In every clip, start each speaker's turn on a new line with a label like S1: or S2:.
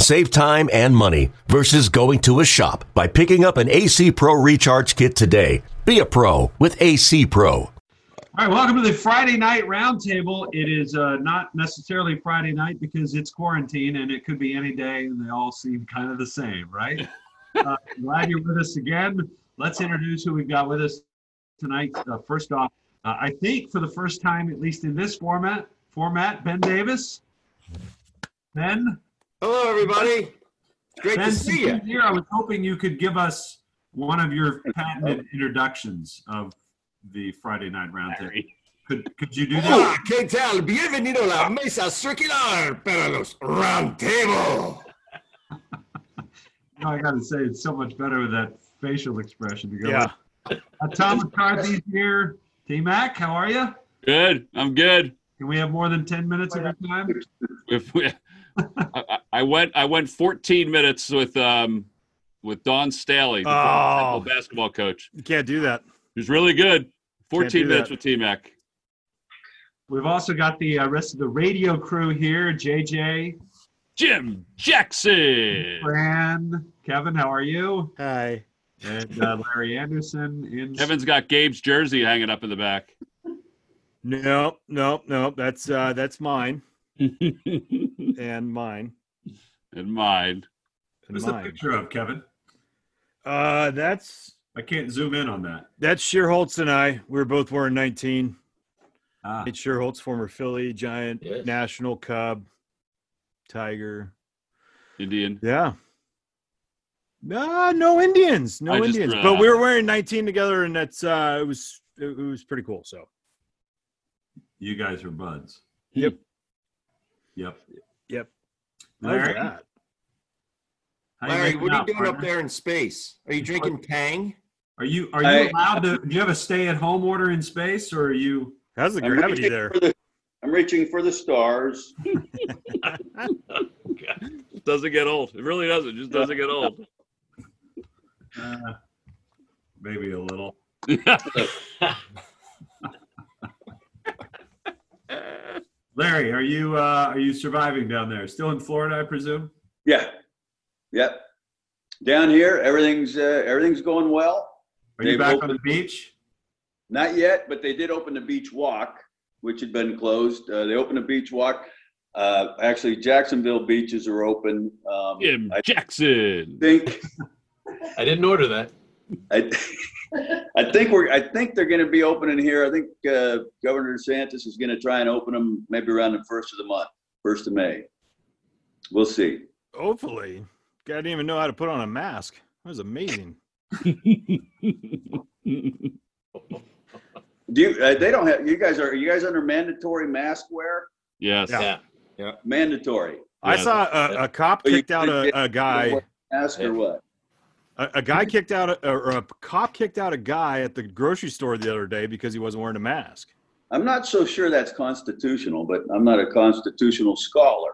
S1: Save time and money versus going to a shop by picking up an AC Pro recharge kit today. Be a pro with AC Pro.
S2: All right, welcome to the Friday night roundtable. It is uh, not necessarily Friday night because it's quarantine and it could be any day, and they all seem kind of the same, right? uh, glad you're with us again. Let's introduce who we've got with us tonight. Uh, first off, uh, I think for the first time, at least in this format, format Ben Davis. Ben,
S3: Hello, everybody. Great
S2: Ben,
S3: to see
S2: since
S3: you.
S2: you're here, I was hoping you could give us one of your patented introductions of the Friday night roundtable. Could could
S3: Oh,
S2: you do that?
S3: Hola, Ah, ¿qué tal? Bienvenido a la mesa circular para los roundtable.
S2: No, I gotta say, it's so much better with that facial expression to go. Yeah. Uh, Tom McCarthy's here. T Mac, how are you?
S4: Good. I'm good.
S2: Can we have more than ten minutes every time?
S4: If we, I- I, I went, I went 14 minutes with um, with Don Staley, the former
S5: Oh.
S4: NFL basketball coach,
S5: You can't do that.
S4: who's really good. 14
S5: do
S4: minutes
S5: that.
S4: with T Mac.
S2: We've also got the uh, rest of the radio crew here. JJ,
S4: Jim Jackson.
S2: Fran, Kevin, how are you?
S5: Hi.
S2: And uh, Larry Anderson in.
S4: Kevin's got Gabe's jersey hanging up in the back.
S5: No, no, no. That's uh that's mine and mine
S4: in mind.
S5: and
S2: Who's the
S5: mine.
S2: picture of Kevin?
S5: Uh that's
S2: I can't zoom in on that.
S5: that's Sheerholtz and I. We were both wearing 19.
S2: Ah,
S5: It's Sheerholtz, former Philly, Giant, National Cub, Tiger.
S4: Indian.
S5: Yeah. No, no Indians.
S4: I
S5: No
S4: just
S5: Indians.
S4: threw that
S5: But
S4: out
S5: we were
S4: there.
S5: wearing 19 together and that's uh it was it, it was pretty cool. So
S2: you guys are buds.
S5: Yep.
S2: Yep.
S5: Yep.
S2: Larry,
S5: Other than that,
S2: how
S3: Larry,
S2: making
S3: what are you
S2: out,
S3: doing up
S2: partner?
S3: there in space? Are you drinking Tang?
S2: Are you are
S6: I-
S2: you allowed to? Do you have a stay-at-home order in space, or are you?
S5: How's the
S6: I'm
S5: gravity
S6: reaching
S5: there?
S6: for the- I'm reaching for the stars.
S4: Doesn't get old. It really doesn't. Just doesn't get old.
S2: Uh, maybe a little. Larry, are you uh, are you surviving down there? Still in Florida, I presume.
S6: Yeah, yep. Down here, everything's uh, everything's going well.
S2: Are you
S6: They've
S2: back on
S6: opened-
S2: the beach?
S6: Not yet, but they did open the beach walk, which had been closed. Uh, they opened the beach walk. Uh, actually, Jacksonville beaches are open. Um,
S4: Jim
S6: I
S4: Jackson.
S6: think
S7: I didn't order that.
S6: I, I think we're I think they're going to be opening here. I think uh, Governor DeSantis is going to try and open them maybe around the first of the month, first of May. We'll see.
S5: Hopefully. God, I didn't even know how to put on a mask. That was amazing.
S6: Do you, uh, they don't have you guys are you guys under mandatory mask wear?
S4: yes.
S5: Yeah.
S6: Mandatory
S5: I
S4: Yeah.
S5: saw a, a cop
S6: So you
S5: kicked out
S6: couldn't
S5: a, a guy.
S6: mask or what?
S5: A, a guy kicked out a, or a cop kicked out a guy at the grocery store the other day because he wasn't wearing a mask.
S6: I'm not so sure that's constitutional, but I'm not a constitutional scholar.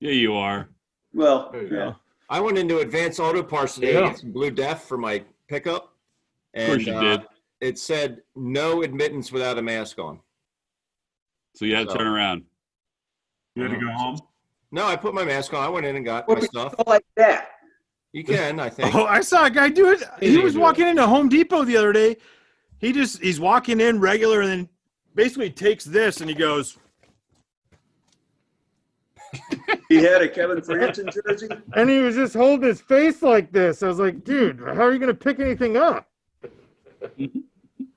S4: Yeah, you are.
S6: Well,
S7: There you
S6: yeah.
S3: I went into Advanced Auto Parts today to
S7: Yeah.
S3: get some Blue Def for my pickup.
S4: Of course
S3: And
S4: you
S3: uh,
S4: did.
S3: it said no admittance without a mask on.
S4: So you had to
S3: So-
S4: turn around.
S2: You had to go home.
S3: No, I put my mask on. I went in and got
S6: What
S3: my
S6: the-
S3: stuff.
S6: like that.
S3: You can, I think.
S5: Oh, I saw a guy do it.
S7: Yeah,
S5: He
S7: you
S5: was
S7: do
S5: walking into Home Depot the other day. He just he's walking in regular and then basically takes this and he goes,
S6: He had a Kevin Franson jersey.
S5: and he was just holding his face like this. I was like, dude, how are you gonna pick anything up?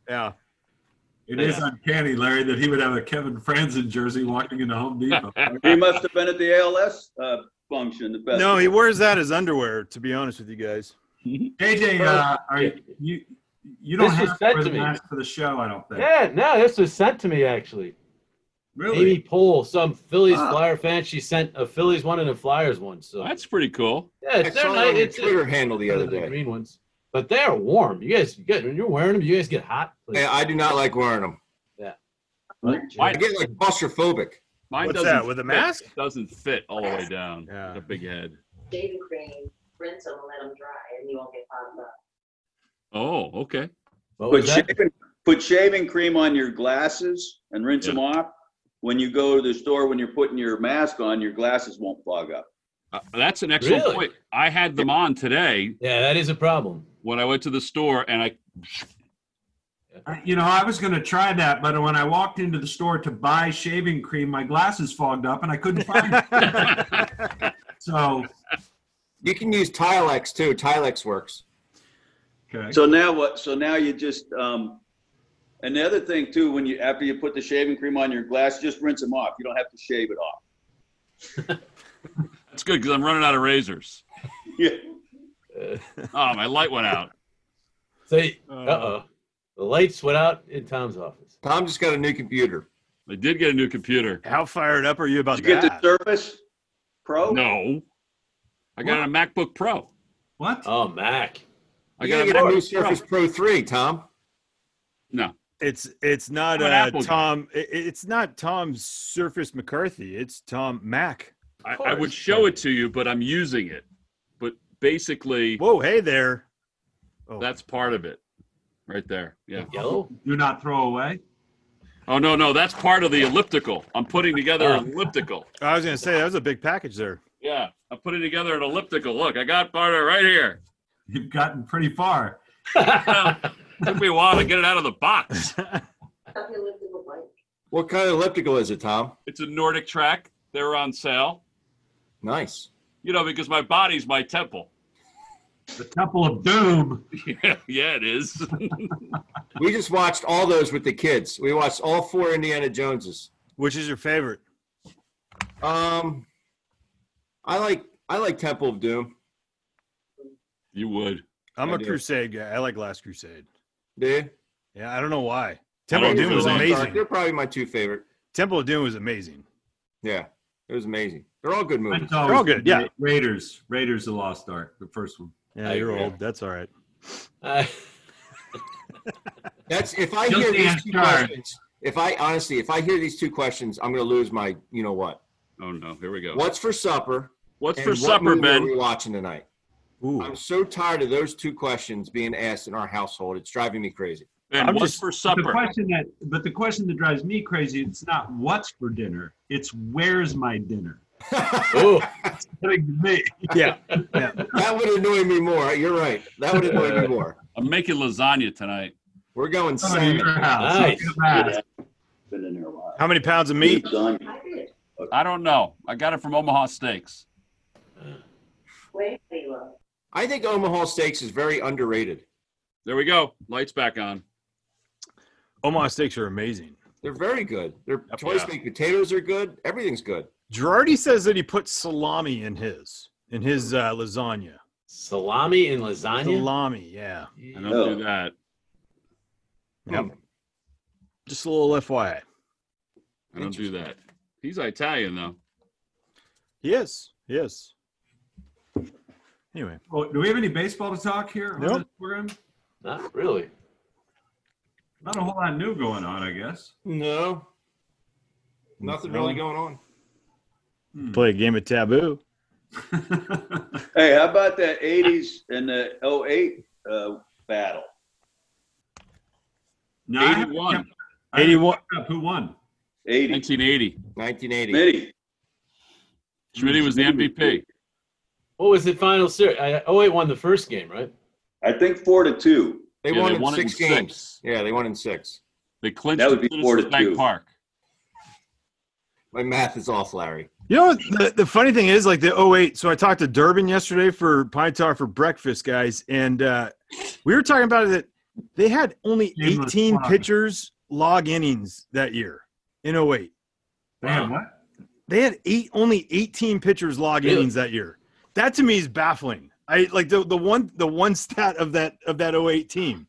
S5: yeah.
S2: It is uncanny, Larry, that he would have a Kevin Franzen jersey walking into Home Depot.
S6: He must have been at the ALS uh, function. The best.
S5: No, he wears that as underwear, to be honest with you guys.
S2: JJ, uh, are you, you you don't
S7: This was
S2: have to
S7: sent
S2: wear
S7: to
S2: the
S7: me.
S2: mask for the show? I don't think.
S7: Yeah, no, this was sent to me actually. Amy
S2: Really?
S7: Pohl, some Phillies
S3: Ah.
S6: Wow.
S7: Flyer fan, she sent a Phillies one and a Flyers one. So
S4: That's pretty cool.
S7: yeah,
S3: I
S7: it's their
S3: saw it on
S7: night.
S3: your
S7: It's
S3: Twitter handle the
S7: it's
S3: other
S7: the
S3: day.
S7: green ones. but they are warm. You guys, you get, you're wearing them. You guys get hot. Like,
S8: Yeah, I do not like wearing them.
S7: but-
S8: I get like claustrophobic.
S4: Mine
S5: What's
S4: doesn't
S5: that, with a
S4: fit.
S5: mask?
S4: It Doesn't fit all the way down.
S5: Yeah.
S4: Got A big head.
S9: shaving cream, rinse them, and let them dry, and you won't get clogged up.
S4: Oh, okay.
S7: what
S6: Put
S7: was that?
S6: shaving, put shaving cream on your glasses and rinse them off. When you go to the store, when you're putting your mask on, your glasses won't fog up.
S4: Uh, that's an excellent
S7: Really?
S4: point. I had them on today
S7: Yeah, that is a problem.
S4: when I went to the store, and I
S2: I- You know, I was going to try that, but when I walked into the store to buy shaving cream, my glasses fogged up and I couldn't find it. So,
S8: You can use Tilex too. Tilex works.
S2: okay.
S6: So now what? So now you just um, and the other thing too, when you after you put the shaving cream on your glass, just rinse them off. You don't have to shave it off.
S4: that's good because I'm running out of razors.
S6: Yeah.
S7: Uh,
S4: Oh, my light went out.
S7: so, uh oh, the lights went out in Tom's office.
S8: Tom just got a new computer.
S4: I did get a new computer.
S5: How fired up are you about
S6: Did you get the
S5: that?
S6: Surface
S8: Oh.
S6: Pro?
S4: No, I got a MacBook Pro.
S2: What?
S7: Oh, Mac.
S4: I
S8: You
S4: got
S8: gotta get a new
S4: MacBook Pro.
S8: Surface Pro 3, Tom.
S4: No,
S5: It's it's not
S4: I'm an
S5: uh,
S4: Apple guy.
S5: Tom. it- it's not Tom Surface McCarthy. It's Tom Mac.
S4: I, I
S7: course.
S4: would show it to you, but I'm using it. But basically,
S5: Whoa, hey there. Oh,
S4: that's part of it, right there. Yeah.
S7: Yellow.
S3: Oh.
S2: Do not throw away.
S4: Oh no, no, that's part of the elliptical. I'm putting together
S8: Oh.
S4: an elliptical.
S5: I was gonna say that was a big package there.
S4: Yeah, I'm putting together an elliptical. Look, I got part of it right here.
S2: You've gotten pretty far.
S4: Took me a while to get it out of the box.
S9: Something a little bit
S8: What kind of elliptical is it, Tom?
S4: It's a Nordic track. They were on sale.
S8: Nice.
S4: You know, because my body's my temple.
S2: The Temple of Doom.
S4: yeah, it is.
S8: We just watched all those with the kids. We watched all four Indiana Joneses.
S5: Which is your favorite?
S8: Um, I like I like Temple of Doom.
S4: you would.
S5: I'm
S8: I
S5: a
S8: do.
S5: Crusade guy. I like Last Crusade.
S8: Dude,
S5: Yeah, I don't know why. Temple
S4: I
S5: of
S4: like
S5: Doom was
S4: Crusade.
S5: amazing.
S8: They're probably my two favorite.
S5: Temple of Doom was amazing.
S8: Yeah, it was amazing. They're all good movies.
S2: Mine's always
S5: They're all good, yeah.
S2: Raiders. Raiders of the Lost Ark, the first one.
S5: Yeah,
S7: I
S5: you're
S7: agree.
S5: old. That's all right.
S7: Uh,
S8: That's if I
S2: Guilty
S8: hear
S2: as
S8: these two
S2: charged.
S8: questions. If I honestly, if I hear these two questions, I'm gonna lose my. You know what?
S4: Oh no, here we go.
S8: What's for supper?
S4: What's
S8: and
S4: for
S8: what
S4: supper,
S8: movie Are we
S4: Ben?
S8: watching tonight?
S5: Ooh,
S8: I'm so tired of those two questions being asked in our household. It's driving me crazy.
S4: Ben,
S5: I'm
S4: what's
S5: just-
S4: for
S2: But the
S4: supper?
S2: question that, but the question that drives me crazy, it's not what's for dinner. It's where's my dinner.
S7: oh,
S2: Kidding to me.
S5: yeah.
S8: That would annoy me more. You're right. That would annoy me more.
S4: I'm making lasagna tonight.
S8: We're going
S2: Come to
S8: salmon.
S2: your house.
S7: Nice.
S2: Look at that.
S6: Been in there a while.
S5: How many pounds of meat?
S6: It's on you.
S9: white. I did.
S4: I don't know. I got it from Omaha Steaks.
S9: Wait, wait, look.
S8: I think Omaha Steaks is very underrated.
S4: There we go. Lights back on.
S5: Omaha Oh, steaks are amazing.
S8: They're very good. Their choice baked potatoes are good. Everything's good.
S5: Girardi says that he put salami in his in his uh, lasagna.
S7: salami and lasagna.
S5: Salami, yeah.
S4: I don't
S6: Oh.
S4: do that.
S5: Yep.
S8: Hmm.
S5: Just a little FYI.
S4: I don't do that. He's Italian though.
S5: Yes, yes. Anyway,
S2: Oh, do we have any baseball to talk here? on
S5: Nope.
S2: this program?
S7: Not really.
S2: Not a whole lot new going on, I guess.
S8: No. Nothing really going on.
S5: play a game of taboo.
S6: Hey, how about that 80s and the 08 uh, battle?
S2: No, I haven't
S4: 81.
S2: kept- I haven't
S5: 81.
S2: kept up Who won?
S6: 80.
S4: 1980.
S8: 1980.
S6: Mitty.
S4: Schmidt was the MVP.
S7: What was the final series? I, oh, won the first game, right?
S6: I think four to two.
S8: They
S4: Yeah,
S8: won
S4: they
S8: in
S4: won it
S8: six
S4: in
S8: games.
S4: six.
S8: Yeah, they won in six.
S4: They clinched
S6: That would
S4: at
S6: be four to
S4: Citizens Bank
S6: two.
S4: Park.
S8: My math is off, Larry.
S5: You know, what the, the funny thing is, like the 08, so I talked to Durbin yesterday for Pine Tar for breakfast, guys, and uh, we were talking about it that they had only
S2: Shameless
S5: 18
S2: plug.
S5: pitchers log innings that year in 08.
S2: Man,
S7: Wow.
S2: what?
S5: They had eight only 18 pitchers log
S7: Really?
S5: innings that year. That to me is baffling. I like the, the one the one stat of that of that 08 team.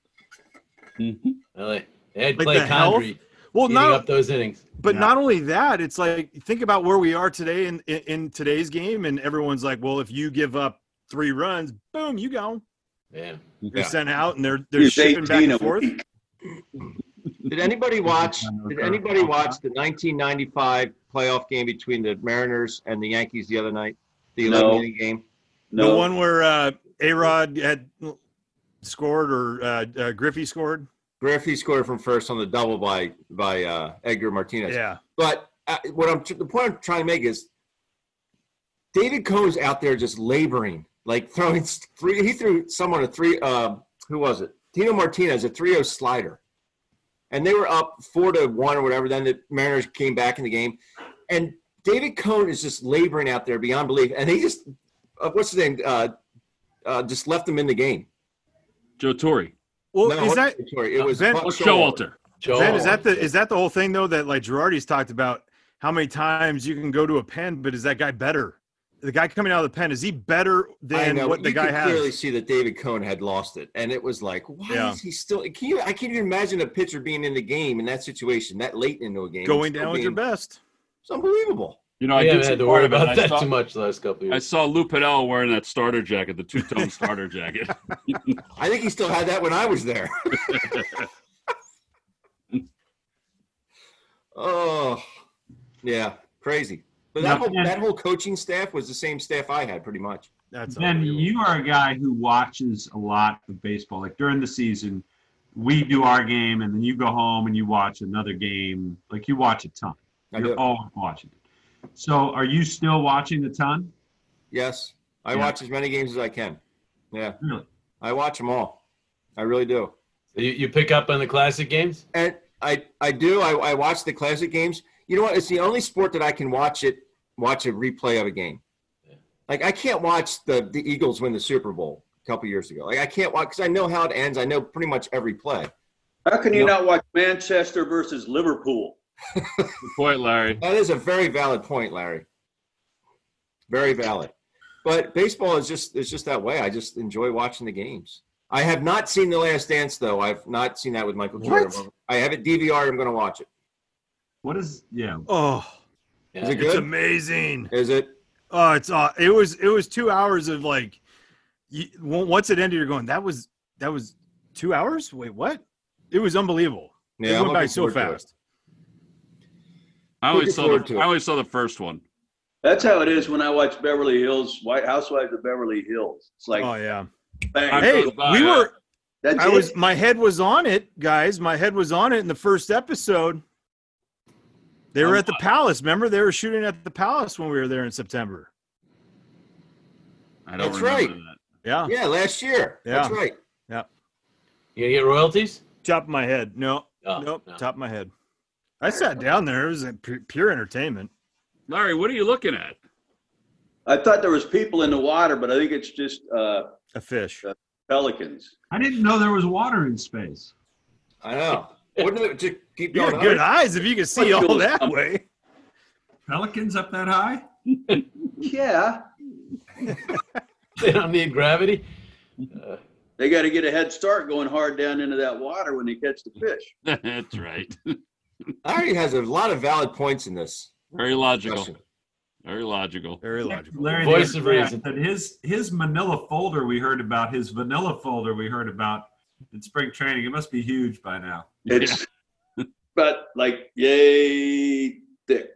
S7: LA. They
S5: Like
S7: had Clay
S5: the health?
S7: Condrey
S5: Well,
S7: eating
S5: not
S7: up those innings.
S5: But
S2: Yeah.
S5: not only that, it's like think about where we are today in, in in today's game, and everyone's like, "Well, if you give up three runs, boom, you go."
S7: Yeah.
S5: They're
S3: Yeah.
S5: sent out and they're they're
S6: It's
S5: shipping back
S6: 18 a
S5: and forth.
S6: week.
S8: Did anybody watch? Did anybody watch the 1995 playoff game between the Mariners and the Yankees the other night? The
S6: No.
S8: 11 inning game.
S5: The
S6: No,
S5: one where uh, A Rod had scored or uh, uh, Griffey scored.
S8: Griffey scored from first on the double by by uh, Edgar Martinez.
S5: Yeah,
S8: But uh, what I'm the point I'm trying to make is David Cohn's out there just laboring, like throwing s- three. He threw someone a three. Uh, who was it? Tino Martinez a 3-0 slider, and they were up four to one or whatever. Then the Mariners came back in the game, and David Cohn is just laboring out there beyond belief, and he just uh, what's his name? Uh, uh, just left him in the game.
S4: Joe Torre.
S5: Well,
S8: No,
S5: is that
S8: sorry, it was
S5: Ben-
S8: Buck Showalter.
S4: Showalter.
S7: Joe.
S5: Ben, is that the is that the whole thing though that like Girardi's talked about how many times you can go to a pen, but is that guy better? The guy coming out of the pen is he better
S8: I
S5: than
S8: know,
S5: what the
S8: you
S5: guy
S8: could
S5: has?
S8: clearly see that David Cohn had lost it, and it was like, why
S5: Yeah.
S8: is he still? Can you? I can't even imagine a pitcher being in the game in that situation, that late into a game,
S5: going
S8: and
S5: down
S8: still
S5: with your
S8: being-
S5: best.
S8: It's unbelievable.
S4: You know,
S7: I
S4: I did
S7: haven't
S4: see
S7: had to
S4: part
S7: worry
S4: of it,
S7: about
S4: and I
S7: that
S4: saw-
S7: too much the last couple of
S4: I
S7: years.
S4: saw Lou Pinnell wearing that starter jacket, the two-tone starter jacket.
S8: I think he still had that when I was there. oh, yeah, crazy. But that
S2: Now,
S8: whole,
S2: Ben-
S8: that whole coaching staff was the same staff I had, pretty much.
S5: That's
S2: Ben,
S5: unbelievable.
S2: you are a guy who watches a lot of baseball. Like during the season, we do our game, and then you go home and you watch another game. Like you watch a ton.
S8: I
S2: You're
S8: do.
S2: always watching it. So, are you still watching a ton?
S8: Yes, I
S2: Yeah.
S8: watch as many games as I can. Yeah,
S2: Really?
S8: I watch them all. I really do.
S7: You, you pick up on the classic games?
S8: and I I do. I, I watch the classic games. You know what? It's the only sport that I can watch it watch a replay of a game. Like I can't watch the the Eagles win the Super Bowl a couple years ago. Like I can't watch because I know how it ends. I know pretty much every play.
S6: how can you
S8: No.
S6: not watch Manchester versus Liverpool?
S4: Good point, Larry.
S8: That is a very valid point, Larry. Very valid. But baseball is just it's just that way. I just enjoy watching the games. I have not seen The Last Dance though. I've not seen that with Michael Jordan. I have it DVR. I'm going to watch it.
S2: What is? Yeah.
S5: Oh,
S8: Is it
S5: it's
S8: good?
S5: amazing.
S8: Is it?
S5: Oh, it's uh, it was it was two hours of like, you, on- once it ended, you're going that was that was two hours. Wait, what? It was unbelievable.
S8: Yeah,
S5: it
S8: I'm
S5: went by
S8: looking
S5: so
S8: forward to it.
S5: fast.
S4: I only
S8: Looking
S4: saw
S8: forward to
S4: the
S8: it.
S4: I only saw the first one.
S6: That's how it is when I watch Beverly Hills, White Housewives of Beverly Hills. It's like,
S5: Oh yeah.
S6: bang.
S4: I'm
S5: Hey,
S4: so glad
S5: we
S4: I-
S5: were
S6: That's
S5: I
S6: it.
S5: was my head was on it, guys. My head was on it in the first episode. They were at the palace. Remember, they were shooting at the palace when we were there in September.
S4: I don't
S8: That's
S4: remember
S8: right.
S4: that.
S5: Yeah,
S8: Yeah, last year. That's
S5: Yeah.
S8: right.
S7: You gonna get royalties?
S5: top of my head. No,
S7: No,
S5: nope,
S7: Oh, no.
S5: top of my head. I sat down there. It was a pu- pure entertainment.
S4: Larry, what are you looking at?
S6: I thought there was people in the water, but I think it's just uh,
S5: A fish.
S6: pelicans.
S2: I didn't know there was water in space.
S8: I know. Wouldn't it just keep
S5: You
S8: going?
S5: got good eyes if you um, could see all that way.
S2: Pelicans up that high?
S6: Yeah,
S7: They don't need gravity?
S6: they got to get a head start going hard down into that water when they catch the fish.
S4: That's right.
S8: Larry has a lot of valid points in this.
S4: Very logical.
S8: discussion.
S4: Very logical.
S5: Very logical.
S2: Larry
S7: Voice
S2: the
S7: of
S2: other day, I
S7: reason.
S2: said his his Manila folder we heard about, his vanilla folder we heard about in spring training. It must be huge by now.
S6: It's but like yay thick.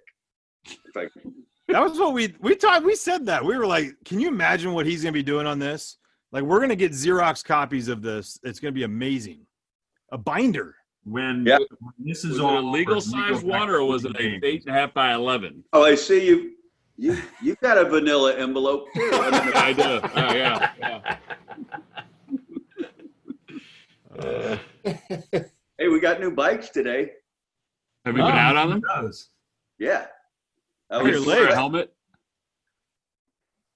S6: If I
S5: That was what we we talked. We said that we were like, can you imagine what he's gonna be doing on this? Like, we're gonna get Xerox copies of this. It's gonna be amazing. A binder.
S2: When
S6: Yeah.
S2: when this
S4: Was
S2: is
S4: it
S2: all
S4: a
S2: over,
S4: legal
S2: we
S4: size
S2: go back
S4: one or
S2: to
S4: was
S2: the
S4: it
S2: game.
S4: a eight and a half by eleven?
S6: Oh, I see you. You you got a vanilla envelope too.
S4: Yeah, I do. Oh, yeah. yeah.
S7: Uh,
S6: hey, we got new bikes today.
S4: Have you been out on them?
S2: Who knows?
S6: Yeah. I
S5: You're
S4: Are
S5: You're
S4: you
S5: late.
S4: wearing a helmet?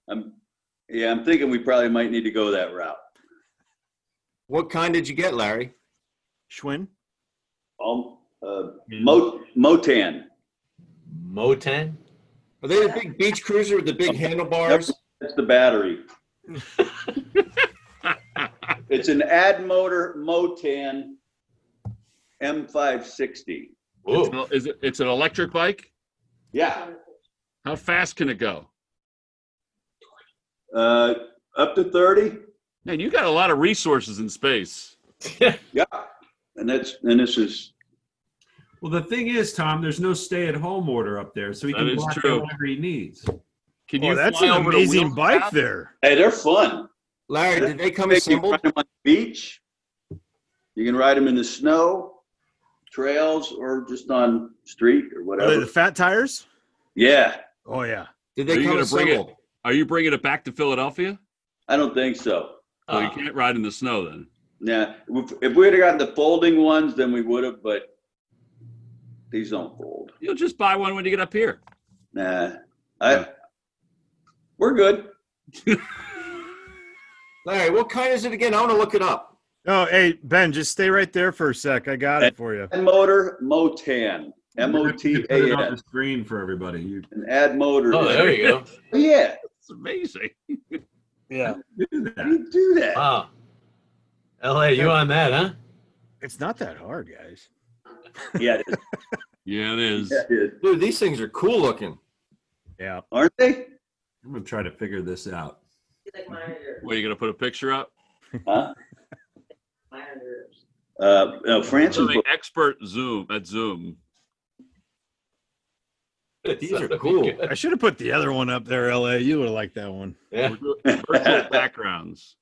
S6: I'm, yeah, I'm thinking we probably might need to go that route.
S8: What kind did you get, Larry?
S5: Schwinn.
S6: Um, uh, Mo, Motan.
S7: Motan?
S8: Are they the big beach cruiser with the big handlebars?
S6: That's the battery. it's an ad motor Motan M560.
S7: Whoa.
S4: Is it? It's an electric bike.
S6: Yeah,
S4: How fast can it go?
S6: uh, up to 30.
S4: Man, you got a lot of resources in space.
S6: Yeah, and that's and this is
S10: Well, the thing is, Tom, there's no stay-at-home order up there, so he
S4: That
S10: can
S4: is
S10: block out
S4: true.
S10: whatever he needs.
S4: Can
S5: Oh,
S4: you
S5: that's
S4: fly
S5: an
S4: over to
S5: amazing
S4: Wheels
S5: bike
S4: Path?
S5: there.
S6: hey, they're fun.
S8: Larry, did they come
S6: Make you ride
S8: assembled?
S6: them on the beach. You can ride them in the snow, trails, or just on street or
S5: Are they
S6: whatever.
S5: the fat tires?
S6: Yeah,
S5: Oh yeah.
S8: Did
S4: Are
S8: they
S4: you
S8: come
S4: gonna bring it?
S8: assembled?
S4: Are you bringing it back to Philadelphia?
S6: I don't think so.
S4: Well, you
S7: Uh,
S4: can't ride in the snow then.
S6: Yeah, if if we would have gotten the folding ones, then we would have. But these don't fold.
S4: You'll just buy one when you get up here.
S6: Nah, I. We're good.
S8: Larry, what kind is it again? I want to look it up.
S5: Oh hey Ben, just stay right there for a sec. I got it for you.
S6: Ad motor Motan. M O
S10: We're gonna
S6: T
S10: have to Put
S6: A
S10: it on the
S6: N.
S10: screen for everybody. You
S6: And add motor.
S7: oh, there you go.
S6: Yeah,
S4: It's amazing.
S5: Yeah.
S10: do
S6: how
S10: that.
S6: do you do that?
S7: Wow. LA, you on that, huh?
S5: It's not that hard, guys.
S6: Yeah, it is.
S4: Yeah, it is.
S6: Yeah, it is.
S8: Dude, these things are cool looking.
S5: Yeah.
S6: aren't they?
S10: I'm gonna try to figure this out.
S11: He's like monitor,
S4: What, are you going to put a picture up?
S6: Huh?
S11: monitors.
S6: Uh, no, Francis.
S4: So the expert Zoom at Zoom.
S7: These
S8: are cool.
S5: I should have put the other one up there, LA. You would have liked that one.
S7: Yeah.
S4: Virtual backgrounds.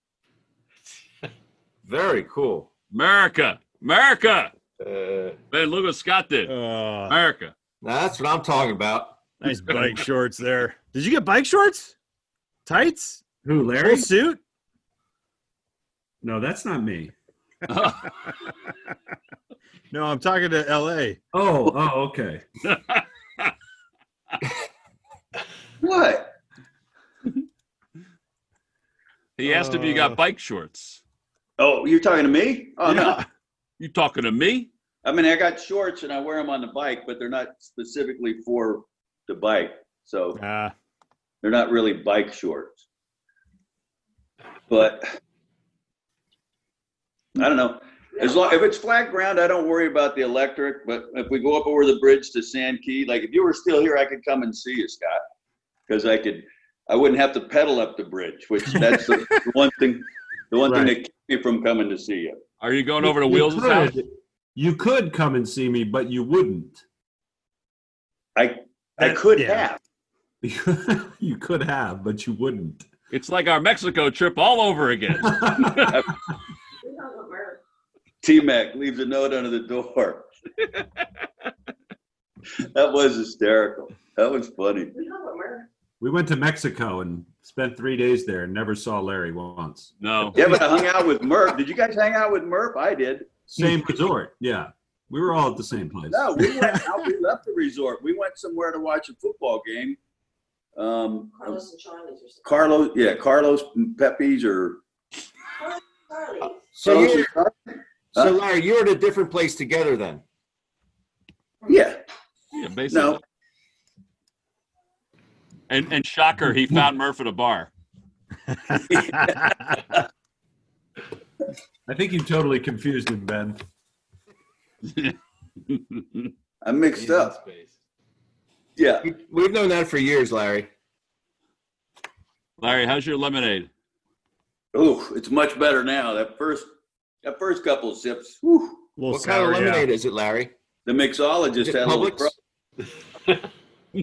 S8: Very cool.
S4: America. America.
S7: Uh,
S4: Man, look what Scott did.
S5: Uh,
S4: America.
S8: Now that's what I'm talking about.
S5: nice bike shorts there. Did you get bike shorts? Tights?
S10: Who,
S5: Full
S10: Larry?
S5: suit?
S10: No, that's not me.
S5: No, I'm talking to LA.
S10: Oh, oh, okay.
S6: What?
S4: He asked if you
S5: Uh.
S4: got bike shorts.
S6: Oh, you're talking to me? Oh no.
S4: You talking to me?
S6: I mean, I got shorts and I wear them on the bike, but they're not specifically for the bike, so
S5: Ah,
S6: they're not really bike shorts. But I don't know. As long if it's flat ground, I don't worry about the electric. But if we go up over the bridge to Sand Key, like if you were still here, I could come and see you, Scott, because I could. I wouldn't have to pedal up the bridge, which that's the the one thing. The one thing that kept me from coming to see you.
S4: Are you going over to
S10: You
S4: Wheels'
S10: could.
S4: house?
S10: You could come and see me, but you wouldn't.
S6: I I
S5: That-
S6: could
S5: yeah.
S6: have.
S10: you could have, but you wouldn't.
S4: It's like our Mexico trip all over again.
S11: We talk about murder.
S6: T Mac leaves a note under the door. that was hysterical. That was funny.
S11: We talk about murder.
S10: we went to Mexico and spent three days there and never saw Larry once.
S4: No.
S6: Yeah, but I hung out with Murph. Did you guys hang out with Murph? I did.
S10: Same resort. Yeah. We were all at the same place.
S6: No, we went out. We left the resort. We went somewhere to watch a football game. Um,
S11: Carlos and Charlie's or something.
S6: Carlos, yeah, Carlos and Pepe's or
S11: Charlie's.
S8: So,
S6: Carlos
S8: you,
S6: and-
S8: so Larry, you're at a different place together then.
S6: yeah,
S4: Yeah, basically.
S6: no,
S4: And and shocker, he found Murph at a bar.
S10: I think you totally confused him, Ben.
S6: I mixed
S7: he's in
S6: up.
S7: space.
S6: Yeah,
S8: We- We've known that for years, Larry.
S4: Larry, how's your lemonade?
S6: ooh, it's much better now. That first, that first couple sips.
S5: a
S6: Whew,
S5: little
S8: What kind
S5: sour,
S8: of
S5: yeah.
S8: lemonade is it, Larry?
S6: the
S8: Is
S6: mixologist
S8: it
S6: had a little.
S8: Publix?
S6: Pro-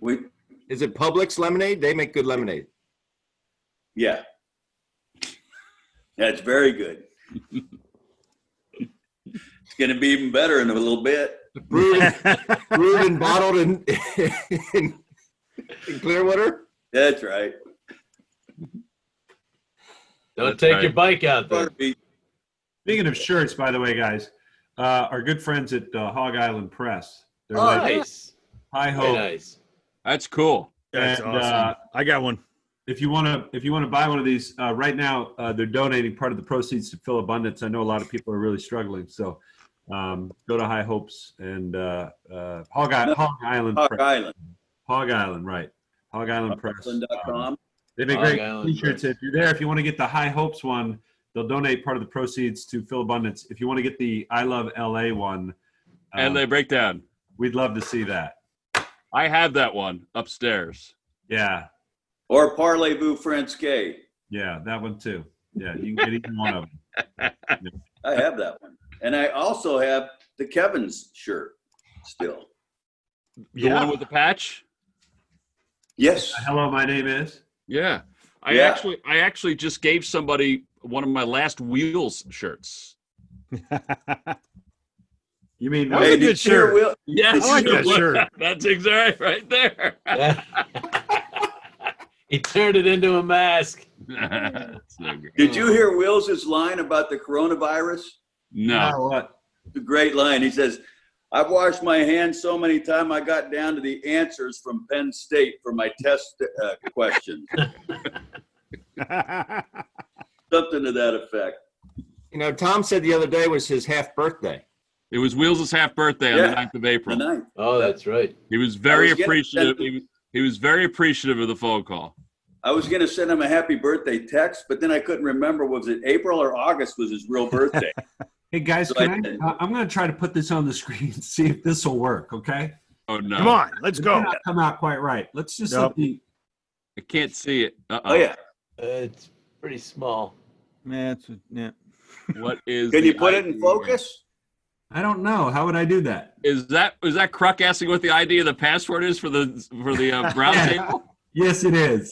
S6: we,
S8: Is it Publix lemonade? They make good lemonade.
S6: Yeah. That's very good. it's going to be even better in a little bit.
S8: Brewed, brewed and bottled in, in, in Clearwater.
S6: That's right.
S7: Don't
S4: That's
S7: take
S4: right.
S7: your bike out there.
S6: Butter beef.
S10: Speaking of shirts, by the way, guys, uh, our good friends at uh, Hog Island Press. They're like
S7: Nice.
S10: high
S7: Very
S10: hope.
S7: nice.
S4: That's cool.
S5: That's
S10: And,
S5: awesome.
S10: uh,
S5: I got one.
S10: If you want to, if you want to buy one of these uh, right now, uh, they're donating part of the proceeds to Phil Abundance. I know a lot of people are really struggling, so um, go to High Hopes and uh, uh, Hog, I- Hog Island.
S6: Hawk
S10: Press.
S6: Island.
S10: Hog Island, right? Hog Island Press. um,
S6: Island.com.
S10: They make
S7: Hog
S10: great
S7: Island
S10: t-shirts.
S7: Press.
S10: If you're there, if you want to get the High Hopes one, they'll donate part of the proceeds to Phil Abundance. If you want to get the I Love LA one,
S4: And
S5: Uh.
S10: um,
S4: they break down.
S10: we'd love to see that.
S4: I have that one upstairs.
S10: Yeah,
S6: Or Parlez-vous Francais.
S2: Yeah, that one too. Yeah, you can get either one of them.
S6: I have that one. And I also have the Kevin's shirt still.
S4: The one with the patch.
S6: Yes.
S2: Hello, my name is.
S4: Yeah. I
S6: Yeah.
S4: actually I actually just gave somebody one of my last wheels shirts.
S2: You mean
S5: That was a
S6: did
S5: good
S6: you see her
S5: shirt.
S6: wheel-
S4: Yes.
S5: I like that shirt.
S4: That's exactly right there.
S7: he turned it into a mask.
S4: So good.
S6: Did
S5: Oh.
S6: you hear Will's line about the coronavirus?
S4: No.
S2: what?
S6: The great line. He says, I've washed my hands so many times I got down to the answers from Penn State for my test uh, questions. Something to that effect.
S8: You know, Tom said the other day was his half birthday.
S4: It was Wheels' half birthday on
S6: Yeah.
S4: the 9th of
S6: The
S4: April.
S6: ninth.
S7: Oh, that's right.
S4: He was very
S6: I was getting-
S4: appreciative. He was, he was very appreciative of the phone call.
S6: I was going to send him a happy birthday text, but then I couldn't remember was it April or August was his real birthday.
S2: Hey guys,
S6: So I
S2: can
S6: did.
S2: I, I- I'm going to try to put this on the screen and see if this will work. Okay,
S4: Oh no.
S5: Come on, let's
S2: It
S5: go.
S2: did not come out quite right. Let's just
S5: Nope.
S2: let the
S4: I can't see it. Uh-oh.
S6: oh, yeah.
S7: Uh, it's pretty small.
S5: Yeah, it's, yeah.
S4: What is
S6: Can
S4: the
S6: you put it in
S4: ID?
S6: focus?
S2: I don't know. How would I do that?
S4: Is that is that Kruk asking what the ID of the password is for the for the uh, brown table?
S2: Yes, it is.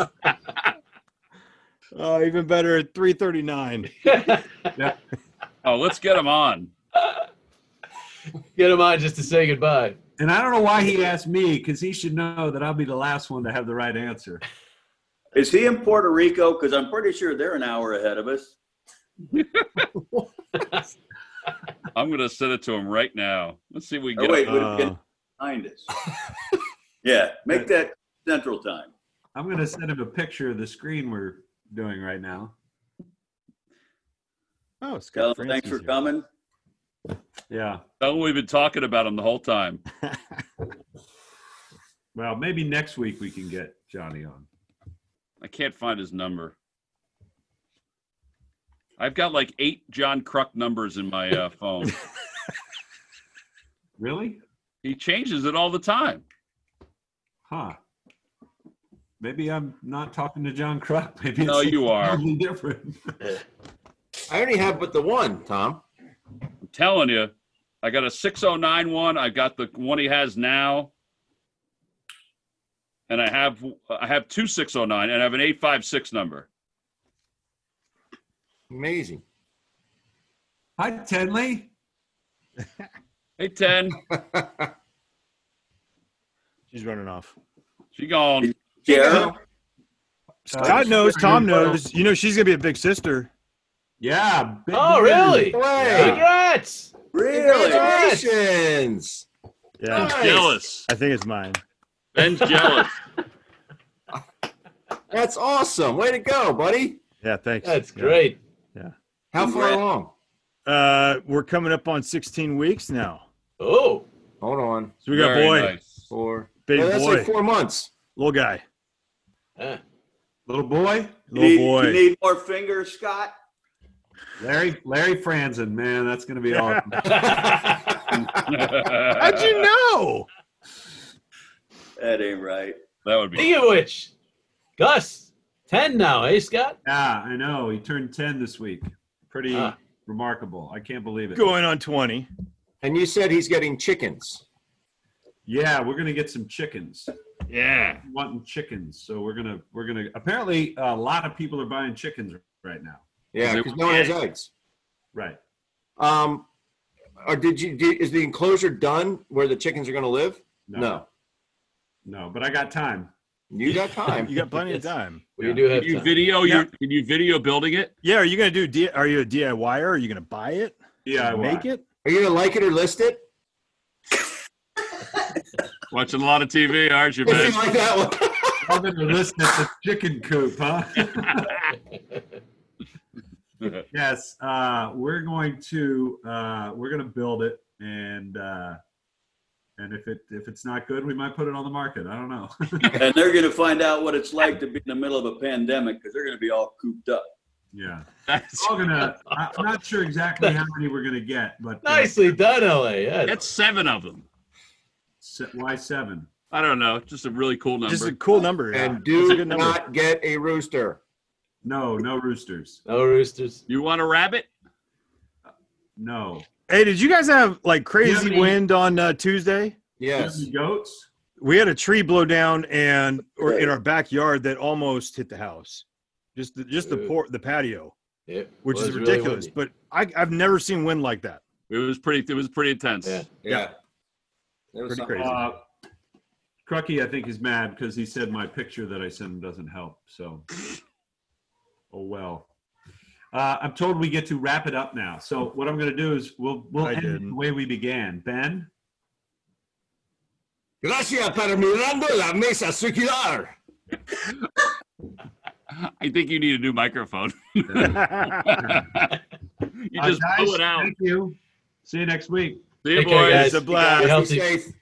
S5: Oh, even better at 339.
S4: Oh, let's get him on.
S7: Get him on just to say goodbye.
S2: And I don't know why he asked me because he should know that I'll be the last one to have the right answer.
S6: Is he in Puerto Rico? Because I'm pretty sure they're an hour ahead of us.
S4: I'm gonna send it to him right now. Let's see if we
S6: Oh,
S4: get.
S6: wait,
S4: him.
S6: would it
S5: Uh,
S6: get behind us? yeah, make that central time.
S2: I'm going to send him a picture of the screen we're doing right now.
S5: oh, Scott
S6: Tell him
S5: Francis
S6: thanks for
S5: here.
S6: coming.
S2: Yeah.
S4: Tell him we've been talking about him the whole time.
S2: Well, maybe next week we can get Johnny on.
S4: I can't find his number. I've got like eight John Kruk numbers in my uh, phone.
S2: Really?
S4: he changes it all the time.
S2: Huh. Maybe I'm not talking to John Kruk. Maybe
S4: No,
S2: it's
S4: you are.
S2: totally different.
S8: I only have but the one, Tom.
S4: I'm telling you, I got a 609 one. I got the one he has now. And I have I have two 609 and I have an 856 number.
S8: Amazing.
S2: Hi, Tenley.
S4: Hey 10,
S5: She's running off.
S4: she gone.
S6: Yeah,
S5: Scott knows.
S2: sure.
S5: Tom knows. You know, she's going to be a big sister.
S2: Yeah. big
S7: Oh,
S2: news.
S7: really?
S8: Way.
S7: Congrats!
S6: really?
S8: Congratulations.
S5: Yeah.
S7: Nice.
S4: Jealous.
S5: I think it's mine.
S4: Ben's jealous.
S8: That's awesome. Way to go, buddy.
S5: Yeah, thanks.
S7: That's
S5: Yeah.
S7: great.
S8: How far
S6: Congrats.
S8: along?
S5: Uh, we're coming up on 16 weeks now.
S7: Oh,
S8: Hold on.
S5: So we got
S4: Very
S5: boy,
S4: nice.
S8: Four.
S5: baby
S8: Oh, that's
S5: boy,
S8: like four months.
S5: little guy,
S7: huh.
S2: Little boy.
S6: You
S5: little
S6: need,
S5: boy.
S6: you need more fingers, Scott?
S2: Larry Larry Franzen, man, that's gonna be awesome.
S5: How'd
S4: Uh,
S5: you know?
S6: That ain't right.
S4: That would be
S7: Speaking of which, Gus, ten now, eh, Scott?
S2: yeah, I know. He turned ten this week. Pretty
S7: Ah.
S2: remarkable. I can't believe it.
S5: Going on 20.
S8: And you said he's getting chickens.
S2: Yeah, we're gonna get some chickens.
S4: yeah.
S2: Wanting chickens, so we're gonna we're gonna. Apparently, a lot of people are buying chickens right now.
S8: Yeah,
S4: Is it-
S8: because no one has eggs.
S2: Right.
S8: Um, or did you? Did, is the enclosure done where the chickens are going to live?
S2: No, No, but I got time.
S8: You got time.
S5: You got plenty of time.
S7: We do have
S4: Can you
S7: time.
S4: video
S5: Yeah.
S4: your can you video building it?
S5: Yeah, are you gonna do? D- are you a DIYer? Are you gonna buy it?
S2: Yeah,
S5: make it.
S8: Are you going to like it or list it?
S4: Watching a lot of TV, aren't you, Ben?
S8: If you like that one.
S2: I'm gonna listen at the chicken coop, huh? yes, uh, we're going to uh, we're gonna build it, and uh, and if it if it's not good, we might put it on the market. I don't know.
S6: And they're going to find out what it's like to be in the middle of a pandemic because they're going to be all cooped up.
S2: yeah,
S4: That's,
S2: we're gonna. I- I'm not sure exactly how many we're gonna get, but uh,
S7: Nicely done, LA. Yeah.
S4: that's seven of them.
S2: se- why seven?
S4: I don't know. Just a really cool number.
S5: Just a cool number. yeah.
S8: And
S5: That's a
S8: do
S5: good number.
S8: not get a rooster.
S2: No, no roosters.
S7: No roosters.
S4: You want a rabbit?
S2: No.
S5: Hey, did you guys have like crazy
S2: any-
S5: wind on uh, Tuesday?
S8: Yes.
S2: Any goats?
S5: We had a tree blow down and or in
S6: Right.
S5: our backyard that almost hit the house. Just the, just the
S7: Dude.
S5: port the patio,
S7: It
S5: which
S7: was
S5: is
S7: really
S5: ridiculous.
S7: windy.
S5: but I, I've never seen wind like that.
S4: It was pretty. It was pretty intense.
S7: Yeah.
S8: Yeah. That was
S5: Pretty
S8: something.
S5: crazy.
S2: Uh, Crucky, I think, is mad because he said my picture that I sent him doesn't help. So, oh well. Uh, I'm told we get to wrap it up now. So what I'm going to do is we'll we'll
S5: I
S2: end it the
S5: didn't.
S2: way we began. Ben,
S3: Gracias para mirando la mesa circular.
S4: I think you need a new microphone. you
S2: Uh,
S4: just
S2: guys,
S4: blow it out.
S2: Uh, Thank you. See you next week.
S4: See you,
S7: Take care,
S4: boys.
S7: guys.
S5: It's a blast.
S7: Be
S8: Be
S7: healthy.
S8: safe.